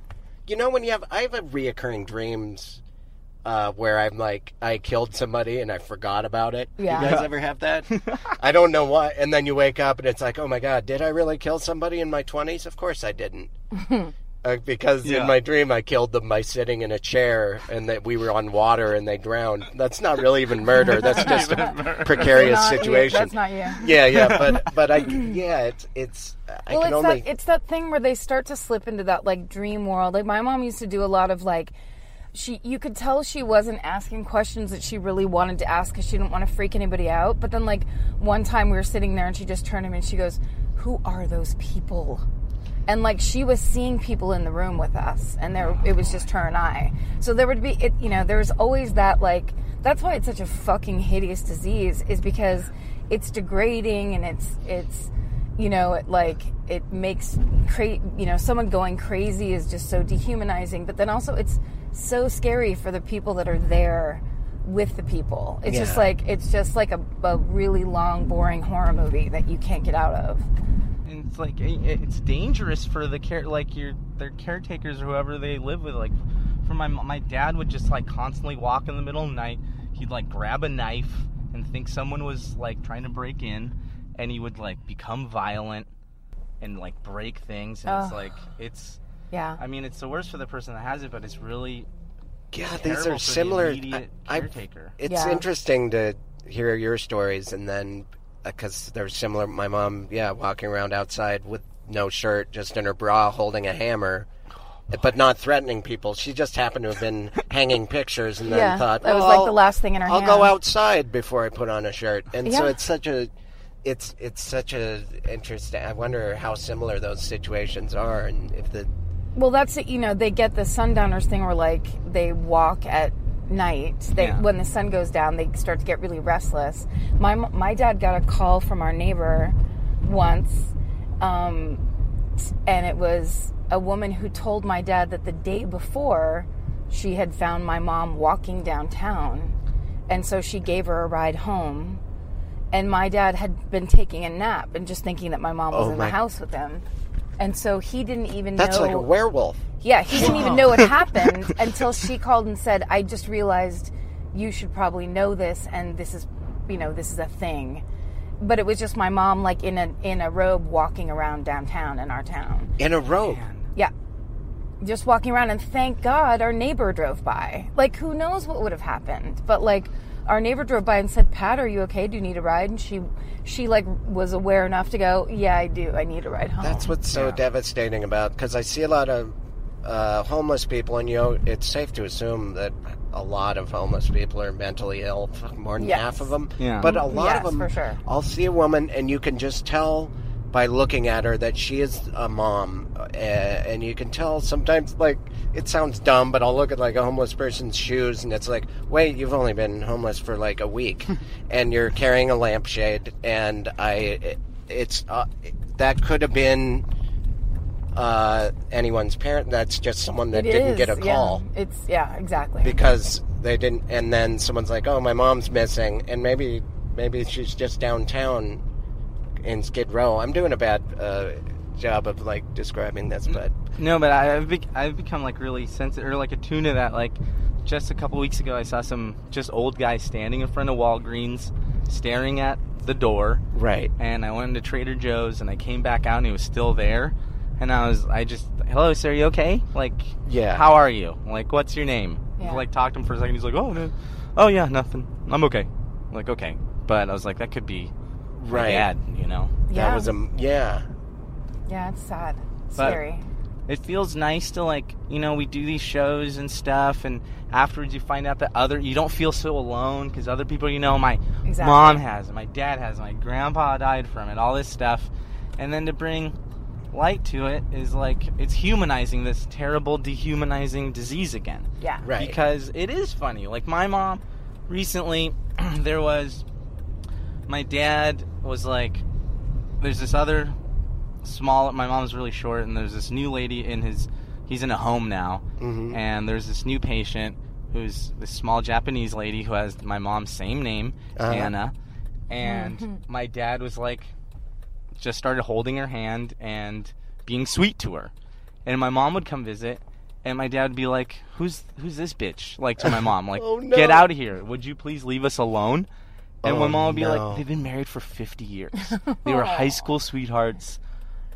You know, when you have, I have a reoccurring dreams uh, where I'm like, I killed somebody and I forgot about it.
Yeah.
You guys ever have that? I don't know why. And then you wake up and it's like, oh my God, did I really kill somebody in my 20s? Of course I didn't. uh, because
Yeah.
in my dream, I killed them by sitting in a chair and that we were on water and they drowned. That's not really even murder. That's just a precarious
Not you.
situation.
That's not you.
yeah, yeah, but but I yeah, it's it's I
well,
can
it's
only
that it's that thing where they start to slip into that like dream world. Like my mom used to do a lot of like she you could tell she wasn't asking questions that she really wanted to ask cuz she didn't want to freak anybody out. But then like one time we were sitting there and she just turned to me and she goes, "Who are those people?" And like she was seeing people in the room with us and there it was just her and I. So there would be it you know, there's always that like that's why it's such a fucking hideous disease is because it's degrading and it's it's you know, it, like it makes cra- you know someone going crazy is just so dehumanizing. But then also, it's so scary for the people that are there with the people. It's just
Yeah.
like it's just like a, a really long, boring horror movie that you can't get out of.
And it's like it- it- it's dangerous for the care like your their caretakers or whoever they live with like for my mo- my dad would just like constantly walk in the middle of the night he'd like grab a knife and think someone was like trying to break in and he would like become violent and like break things and it's
Ugh.
like it's
Yeah,
I mean it's the worst for the person that has it but it's really
God, these
terrible
are
for the
similar.
immediate
I- I-
caretaker.
it's
Yeah.
interesting to hear your stories and then because they're similar. My mom, yeah, walking around outside with no shirt, just in her bra, holding a hammer. But not threatening people. She just happened to have been hanging pictures and then
Yeah,
thought,
that was
"Oh,
like
I'll-
the last thing in her
I'll go
hand."
outside before I put on a shirt. And so
Yeah.
it's such a, it's it's such a interesting. I wonder how similar those situations are, and if the
Well, that's it. You know, they get the sundowners thing where like they walk at night. They
Yeah.
when the sun goes down, they start to get really restless. My m- my dad got a call from our neighbor once, um, and it was a woman who told my dad that the day before she had found my mom walking downtown, and so she gave her a ride home. And my dad had been taking a nap and just thinking that my mom was
Oh
in
my-
the house with him. And so he didn't even
that's
know
like a werewolf.
yeah, he didn't even know it happened until she called and said, "I just realized you should probably know this, and this is, you know, this is a thing." But it was just my mom, like in a in a robe, walking around downtown in our town.
in a robe.
Yeah, just walking around, and thank God our neighbor drove by. Like, who knows what would have happened? But like, our neighbor drove by and said, "Pat, are you okay? Do you need a ride?" And she she like was aware enough to go, "Yeah, I do. I need a ride home."
That's what's so devastating about because I see a lot of uh, homeless people, and you know, it's safe to assume that a lot of homeless people are mentally ill. fuck, More than
Yes.
half of them,
Yeah.
But a lot
Yes,
of them,
for sure.
I'll see a woman, and you can just tell by looking at her that she is a mom, uh, and you can tell sometimes. Like it sounds dumb, but I'll look at like a homeless person's shoes, and it's like, wait, you've only been homeless for like a week, and you're carrying a lampshade, and I, it's uh, that could have been uh, anyone's parent. That's just someone that
It
didn't get a
is, yeah.
call
It's yeah, exactly.
because they didn't and then someone's like oh my mom's missing and maybe maybe she's just downtown in skid row i'm doing a bad uh, job of like describing this but
No, but I, I've bec I've become like really sensitive or like attuned to that. Like just a couple weeks ago, I saw some just old guy standing in front of Walgreens, staring at the door,
right
and I went into Trader Joe's and I came back out and he was still there, and I was I just hello sir, you okay? Like
Yeah.
how are you? Like what's your name?
Yeah.
Like talked to him for a second. He's like oh no, oh yeah nothing, I'm okay. I'm like okay, but I was like that could be my
Right.
dad, you know.
yeah.
that was a yeah
Yeah, it's sad. It's
But-
Scary.
it feels nice to like you know we do these shows and stuff and afterwards you find out that other you don't feel so alone because other people you know my
Exactly.
mom has it my dad has it my grandpa died from it all this stuff and then to bring light to it is like it's humanizing this terrible dehumanizing disease again
Yeah.
Right.
because it is funny. Like my mom recently there was my dad was like there's this other small my mom's really short and there's this new lady in his he's in a home now
Mhm.
and there's this new patient who's this small Japanese lady who has my mom's same name,
Uh-huh.
Anna. And my dad was like just started holding her hand and being sweet to her. And my mom would come visit and my dad would be like, "Who's who's this bitch?" Like to my mom, like,
Oh, no.
"Get out of here! Would you please leave us alone?" And
Oh,
my mom would be
no.
like, "They've been married for 50 years. they were high school sweethearts.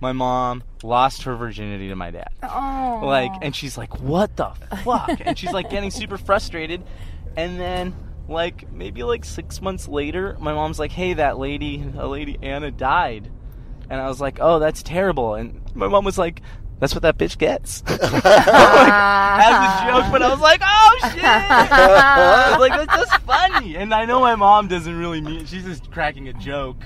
My mom lost her virginity to my dad."
Oh.
like and she's like what the fuck and she's like getting super frustrated and then like maybe like six months later my mom's like hey that lady a lady anna died and i was like oh that's terrible and my mom was like that's what that bitch gets like, as a joke but i was like oh shit I was like that's just funny and i know my mom doesn't really mean she's just cracking a joke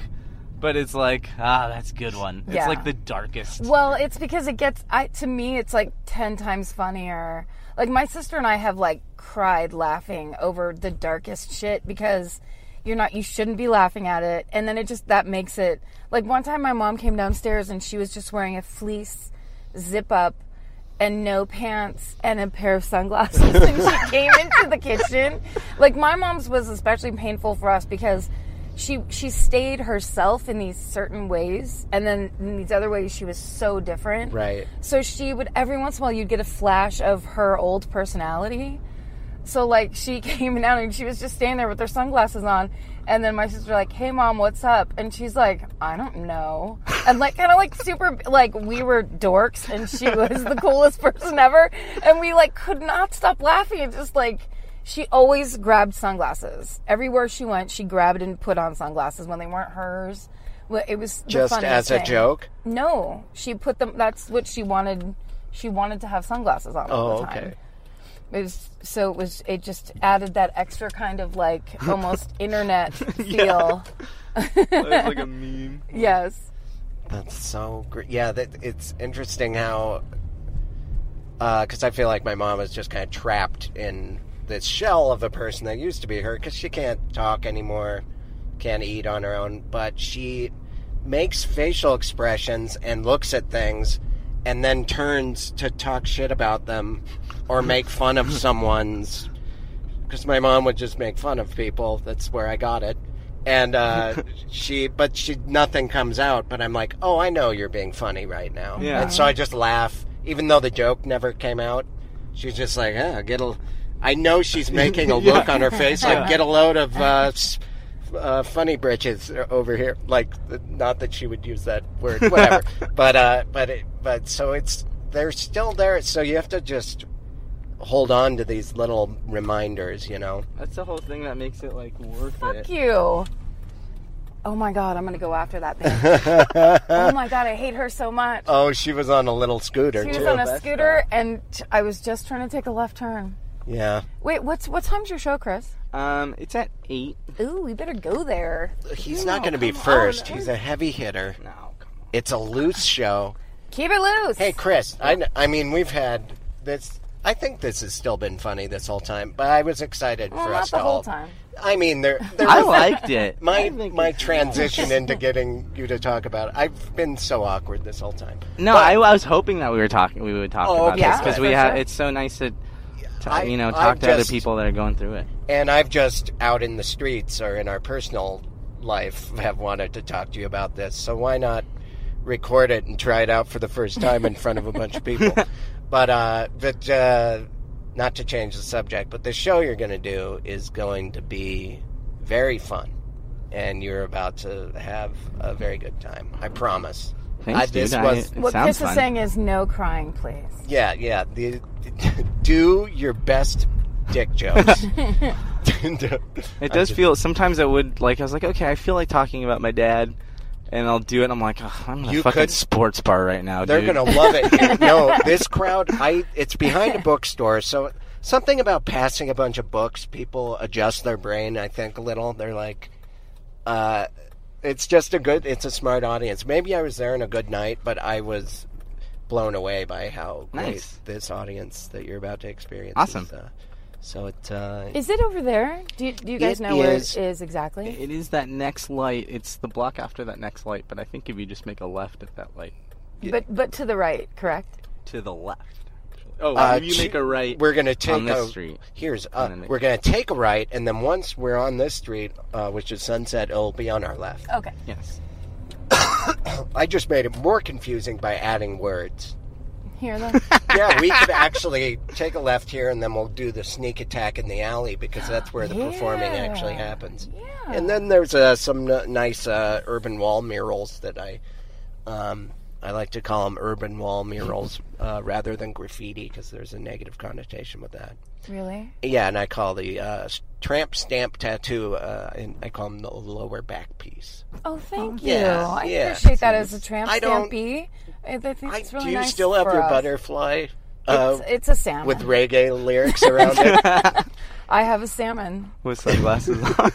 but it's like ah that's a good one
Yeah.
it's like the darkest
Well, it's because it gets I to me it's like 10 times funnier. Like my sister and I have like cried laughing over the darkest shit because you're not you shouldn't be laughing at it and then it just that makes it like one time my mom came downstairs and she was just wearing a fleece zip up and no pants and a pair of sunglasses and she came into the kitchen like my mom's was especially painful for us because she she stayed herself in these certain ways and then in these other ways she was so different
Right.
so she would every once in a while you'd get a flash of her old personality so like she came down and she was just standing there with her sunglasses on and then my sister like hey mom what's up and she's like i don't know and like kind of like super like we were dorks and she was the coolest person ever and we like could not stop laughing it just like she always grabbed sunglasses everywhere she went she grabbed and put on sunglasses when they weren't hers Well, it was the
Just
funniest
as a
thing.
joke?
No, she put them. That's what she wanted. She wanted to have sunglasses on all
Oh,
the time.
okay.
It was so it was. It just added that extra kind of like almost internet feel.
it's like a meme
Yes.
That's so great. Yeah, that it's interesting how, because I feel like my mom is just kind of trapped in this shell of a person that used to be her, because she can't talk anymore, can't eat on her own, but she makes facial expressions and looks at things, and then turns to talk shit about them or make fun of someone's. Because my mom would just make fun of people. That's where I got it. And uh, she, but she, nothing comes out. But I'm like, oh, I know you're being funny right now.
Yeah.
And so I just laugh, even though the joke never came out. She's just like, oh, get a. I know she's making a
Yeah.
look on her face, like
Yeah.
get a load of uh, s- uh, funny britches over here. Like, not that she would use that word, whatever. but uh, but it, but so it's they're still there. So you have to just hold on to these little reminders, you know.
That's the whole thing that makes it like worth it.
Fuck you. Oh my god, I'm gonna go after that thing. oh my god, I hate her so much.
Oh, she was on a little scooter
She
too.
was on a
that's
scooter, and I was just trying to take a left turn.
yeah.
Wait, what's what time's your show, Chris?
Um, it's at eight
Ooh, we better go there.
He's not going to be first. He's a heavy hitter.
now. Come on.
It's a loose show.
Keep it loose.
Hey, Chris. I, kn- I mean, we've had this. I think this has still been funny this whole time, but I was excited
well,
for
not
us
the
to
whole
all.
time.
I mean, there, there
I
was-
liked it.
my my transition into getting you to talk about. It. I've been so awkward this whole time.
No, I, I was hoping that we were talking. We would talk
Oh,
about
yeah,
this because
for
we have.
sure.
It's so nice to, to
I-
you know,
I've
talk to
just-
other people that are going through it.
And I've just out in the streets or in our personal life have wanted to talk to you about this. So why not record it and try it out for the first time in front of a bunch of people? But uh, but uh, not to change the subject, but the show you're going to do is going to be very fun, and you're about to have a very good time. I promise.
Thanks,
I,
dude.
this
I-
was
it
What
sounds
Chris
fun.
is saying is no crying, please.
Yeah, yeah. The, do your best dick jokes.
It does feel sometimes I would like I was like okay I feel like talking about my dad, and I'll do it. and I'm like "Ugh, I'm in a
You
fucking
could-
sports bar right now.
They're
dude.
gonna love it. here. no, this crowd. I. It's behind a bookstore, so something about passing a bunch of books. People adjust their brain. I think a little. They're like, uh, It's just a good. It's a smart audience. Maybe I was there on a good night, but I was blown away by how great
Nice.
this audience that you're about to experience.
Awesome.
Is, uh, so it. Uh,
Is it over there? Do you, do you guys
It
know where
is.
it is exactly?
It is that next light. It's the block after that next light, but I think if you just make a left at that light,
But but to the right, correct?
to the left. actually. Oh,
Uh,
if you
ch-
make a right.
we're gonna take
on this
a,
street.
Here's uh,
then make-
we're gonna take a right, and then once we're on this street, uh, which is Sunset, it'll be on our left.
Okay.
Yes.
I just made it more confusing by adding words.
Here then.
yeah, we could actually take a left here, and then we'll do the sneak attack in the alley because that's where the performing
Yeah.
actually happens.
Yeah.
And then there's uh, some n- nice uh, urban wall murals that I, um, I like to call them urban wall murals uh, rather than graffiti because there's a negative connotation with that.
really?
Yeah, and I call the uh, s- tramp stamp tattoo, uh, and I call them the lower back piece.
Oh, thank you.
yeah,
I
yeah.
appreciate that as a tramp
I don't-
stampy. I I think
I,
it's really
do you
nice
still have
for
your
us.
butterfly
It's,
uh,
it's a salmon.
with reggae lyrics around it?
I have a salmon.
With sunglasses on.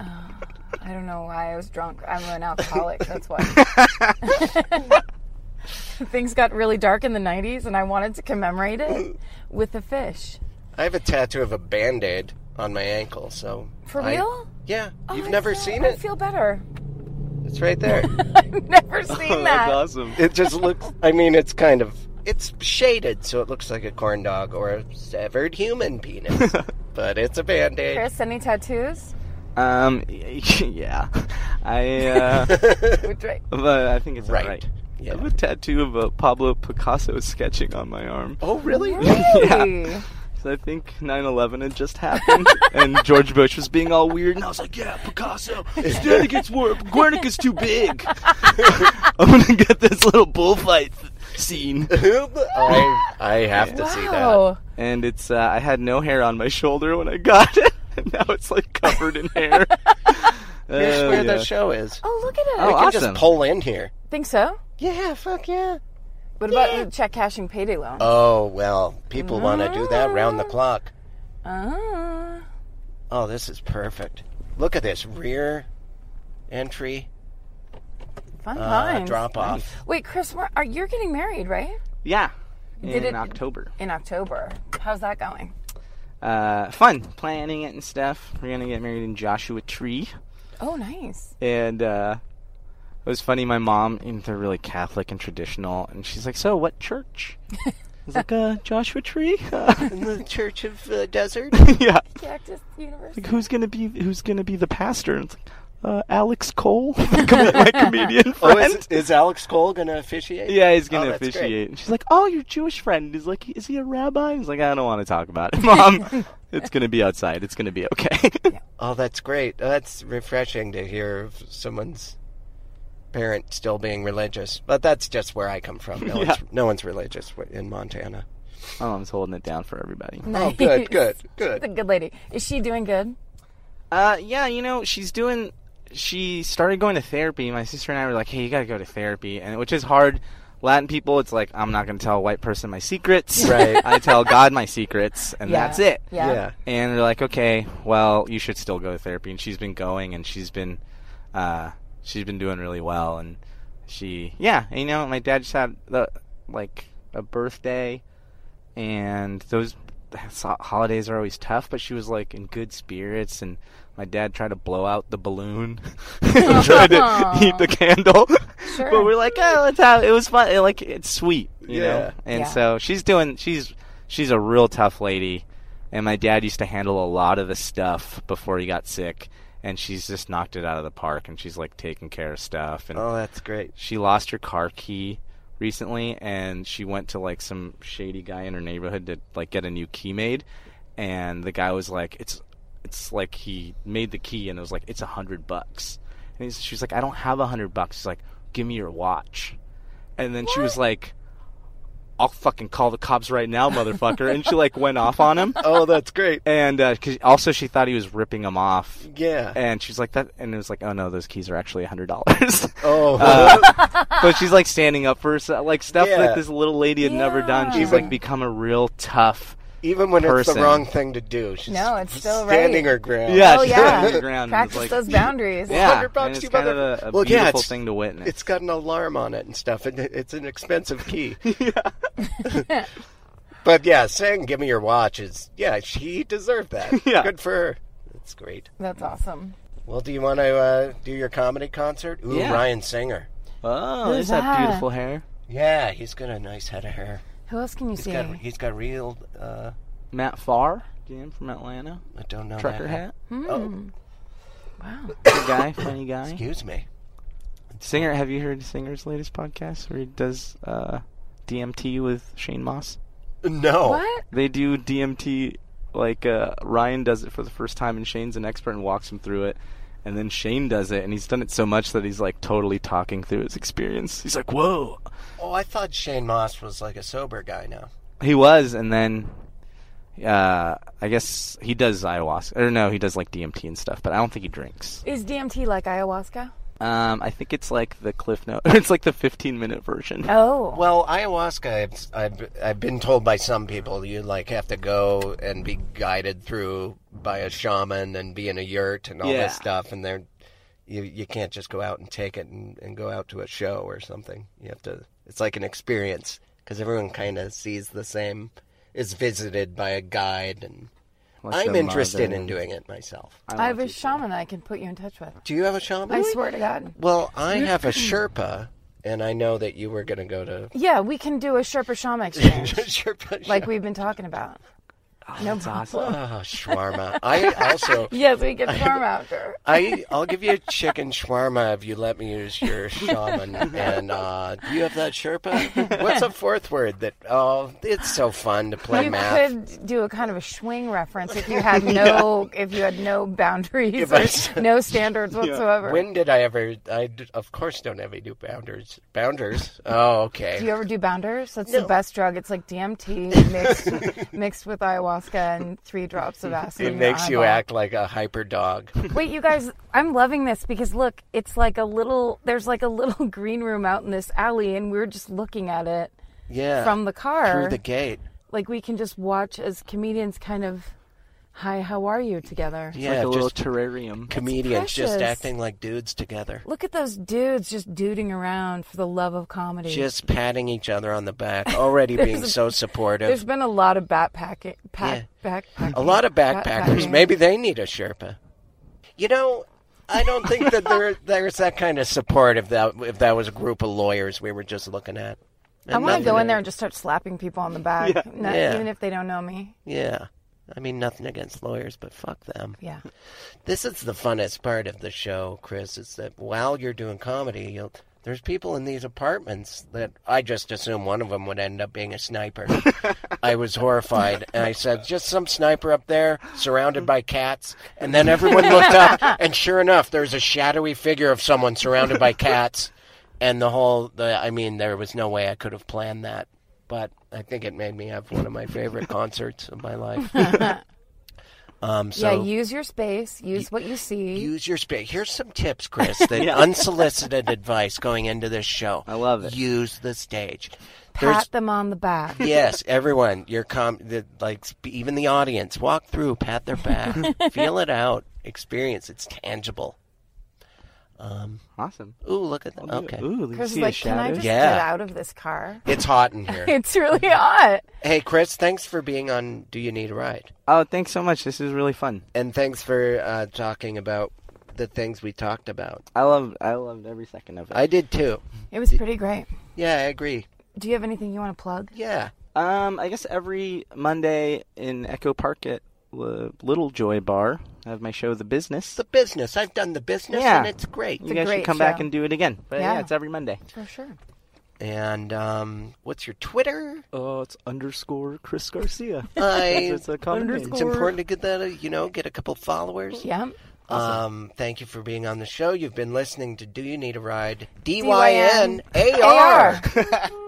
I don't know why I was drunk. I'm an alcoholic. That's why. Things got really dark in the 90s, and I wanted to commemorate it with a fish.
I have a tattoo of a band aid on my ankle, so.
For
I-
real?
Yeah.
Oh,
You've
I
never
feel-
seen
I
it?
feel better.
It's right there.
I've never seen
Oh,
that.
that's awesome.
it just looks. I mean, it's kind of. It's shaded, so it looks like a corn dog or a severed human penis. but it's a band aid.
Chris, any tattoos?
Um, yeah. I, uh,
Which way-
but I think it's
Right.
right.
Yeah.
I have a tattoo of uh, Pablo Picasso sketching on my arm.
Oh, really?
Really?
So I think 9/11 had just happened, and George Bush was being all weird, and I was like, "Yeah, Picasso, it's dead against war. Guernica's too big. I'm gonna get this little bullfight scene."
I, I have to see that.
Wow.
And it's uh, I had no hair on my shoulder when I got it, and now it's like covered in hair.
Here's
Oh,
where the
yeah.
show is.
Oh, look at it.
Oh,
we can
awesome.
just pull in here.
Think so?
Yeah, fuck yeah.
What about the check cashing payday loan?
Oh, well, people want to do that round the clock.
Ah.
Oh, this is perfect. Look at this rear entry
fun
uh,
times.
drop off.
Wait, Chris, where- are you're getting married, right?
yeah,
Did
in
it-
October.
In October. How's that going?
Uh, fun planning it and stuff. We're gonna get married in Joshua Tree.
Oh, nice.
and uh, it was funny. My mom, and they're really Catholic and traditional, and she's like, "So, what church?" I was like, "Uh, Joshua Tree."
In the Church of uh, Desert?
yeah.
Cactus University.
Like, who's gonna be Who's gonna be the pastor? And it's like, uh, Alex Cole, Com- my comedian
oh,
friend.
is, is Alex Cole going to officiate?
yeah, he's gonna
Oh, that's great.
officiate. And she's like, "Oh, your Jewish friend is like, is he a rabbi?" He's like, "I don't want to talk about it, mom. it's gonna be outside. It's gonna be okay."
Oh, that's great. That's refreshing to hear of someone's parent still being religious. But that's just where I come from. No, one's,
Yeah.
no one's religious w- in Montana.
my mom's holding it down for everybody.
Oh, good, good,
She's a
good.
good lady. Is she doing good?
Uh, yeah, you know, she's doing. She started going to therapy. My sister and I were like, "Hey, you gotta go to therapy," and which is hard. Latin people, it's like I'm not gonna tell a white person my secrets.
Right.
I tell God my secrets, and that's it.
Yeah.
yeah.
And they're like, "Okay, well, you should still go to therapy." And she's been going, and she's been, uh, she's been doing really well. And she, yeah, and, you know, my dad just had the like a birthday, and those so- holidays are always tough, but she was like in good spirits, and my dad tried to blow out the balloon, and tried to heat the candle.
Sure.
But we're like, oh, let's have. It was fun. It, like it's sweet, you
Yeah.
know. And
Yeah.
so she's doing. She's she's a real tough lady, and my dad used to handle a lot of the stuff before he got sick, and she's just knocked it out of the park, and she's like taking care of stuff, and
Oh, that's great.
she lost her car key recently and she went to like some shady guy in her neighborhood to like get a new key made and the guy was like it's it's like he made the key and it was like it's a hundred bucks and he's, she was like i don't have a hundred bucks he's like give me your watch and then she was like i'll fucking call the cops right now motherfucker and she like went off on him
Oh, that's great.
and uh 'cause also she thought he was ripping him off
Yeah.
and she's like that and it was like oh no those keys are actually a hundred dollars
Oh,
uh, but she's like standing up for herself, like stuff
Yeah.
that this little lady had never done. She's
Yeah.
like become a real tough
Even when it's
Person.
the wrong thing to do, she's
No, it's still
standing
right.
her ground.
Yeah,
Oh,
she's
yeah.
standing her ground. and it's
Practice
like,
those boundaries.
Yeah,
100 bucks,
and it's
you
kind of
mother-
a, a
Well, yeah,
beautiful
it's-
thing to witness.
Oh, It's got an alarm on it and stuff. It, it's an expensive key. but yeah, saying "Give me your watch" is yeah, she deserved that.
Yeah.
good for her. That's great.
That's awesome.
Well, do you want to uh, do your comedy concert? Ooh,
Yeah.
Ryan Singer.
oh,
Who's
there's that,
that?
beautiful hair.
Yeah, he's got a nice head of hair.
Who else can you see?
He's got he's got real. Uh,
Matt Farr, GM from Atlanta,
I don't know.
trucker
that.
hat,
Oh,
Wow.
good guy, funny guy.
excuse me.
Singer, have you heard Singer's latest podcast where he does uh, DMT with Shane Moss?
No.
What?
They do DMT like uh, Ryan does it for the first time, and Shane's an expert and walks him through it. And then Shane does it, and he's done it so much that he's like totally talking through his experience. He's like, "Whoa!"
Oh, I thought Shane Moss was like a sober guy now.
He was, and then uh, I guess he does ayahuasca, or no, he does like DMT and stuff. But I don't think he drinks.
Is DMT like ayahuasca?
Um, I think it's like the Cliff Note. it's like the 15 minute version.
Oh.
Well, ayahuasca, I've, I've, I've been told by some people you like have to go and be guided through by a shaman and be in a yurt and all
Yeah.
this stuff, and they're you you can't just go out and take it and, and go out to a show or something. You have to. It's like an experience because everyone kind of sees the same. Is visited by a guide, and
Unless
I'm
they're
interested in
modern.
doing it myself.
I have a shaman I can put you in touch with.
Do you have a shaman?
I swear to God.
Well, I have a Sherpa, and I know that you were going to go to
Yeah, we can do a Sherpa Shaman exchange
Sherpa.
like we've been talking about. no problem.
Oh, shawarma. I also,
Yes, we can farm after.
I, I'll give you a chicken shawarma if you let me use your shaman. And uh, do you have that Sherpa? What's a fourth word that? Oh, it's so fun to play
You
math.
could do a kind of a swing reference if you had no if you had no boundaries
but
or
it's-
no standards whatsoever.
When did I ever? I d- of course don't have any new bounders. Bounders. Oh, okay.
do you ever do bounders? That's the best drug. It's like DMT mixed, mixed with ayahuasca and three drops of acid.
it
in your
makes you
eyeball.
act like a hyper dog.
Wait, you guys, I'm loving this because look, it's like a little, there's like a little green room out in this alley, and we're just looking at it
Yeah.
from the car.
through the gate.
Like we can just watch as comedians kind of, hi, how are you together?
It's like
Yeah,
a little
just
terrarium.
comedians just
precious.
acting like dudes together.
Look at those dudes just duding around for the love of comedy.
Just patting each other on the back, already being so supportive.
there's been a lot of backpacking, pack, backpacking,
A lot of backpackers.
backpacking.
Maybe they need a Sherpa. You know, I don't think that there there's that kind of support if that if that was a group of lawyers we were just looking at.
I want to go in there and just start slapping people on the back, not-
Yeah.
even if they don't know me.
Yeah. I mean, nothing against lawyers, but fuck them.
Yeah.
This is the funnest part of the show, Chris, is that while you're doing comedy, you'll, there's people in these apartments that I just assume one of them would end up being a sniper. I was horrified, and I said, just some sniper up there, surrounded by cats. And then everyone looked up, and sure enough, there's a shadowy figure of someone surrounded by cats. And the whole, the, I mean, there was no way I could have planned that. But I think it made me have one of my favorite concerts of my life. Um, so
yeah, use your space, use what you see.
Use your space. Here's some tips, Chris, that unsolicited advice going into this show. I
love it.
Use the stage.
pat them on the back.
yes, everyone, your com, the, like sp- even the audience, walk through, pat their back, feel it out, experience. It's tangible.
Awesome.
Ooh, look at that. Okay,
Ooh, you
Chris is
see
like,
a
can I
shadow?
just
Yeah.
get out of this car?
it's hot in here.
It's really hot.
hey, Chris, thanks for being on. Do you need a ride?
Oh, thanks so much. This is really fun.
And thanks for uh, talking about the things we talked about.
I love, I loved every second of it.
I did too.
It was pretty great.
Yeah, I agree.
Do you have anything you want to plug?
Yeah.
Um, I guess every Monday in Echo Park at the Little Joy Bar, I have my show, The Business.
The business. I've done the business
Yeah.
and it's great.
you guys
great
should come
show.
back and do it again. But yeah,
Yeah.
it's every Monday.
For sure.
And um, what's your Twitter?
Oh, it's underscore Chris Garcia.
I,
It's a common name.
it's important to get that, uh, you know, get a couple followers.
Yeah.
Um, thank you for being on the show. You've been listening to Do You Need a Ride? D Y N A R.
AR.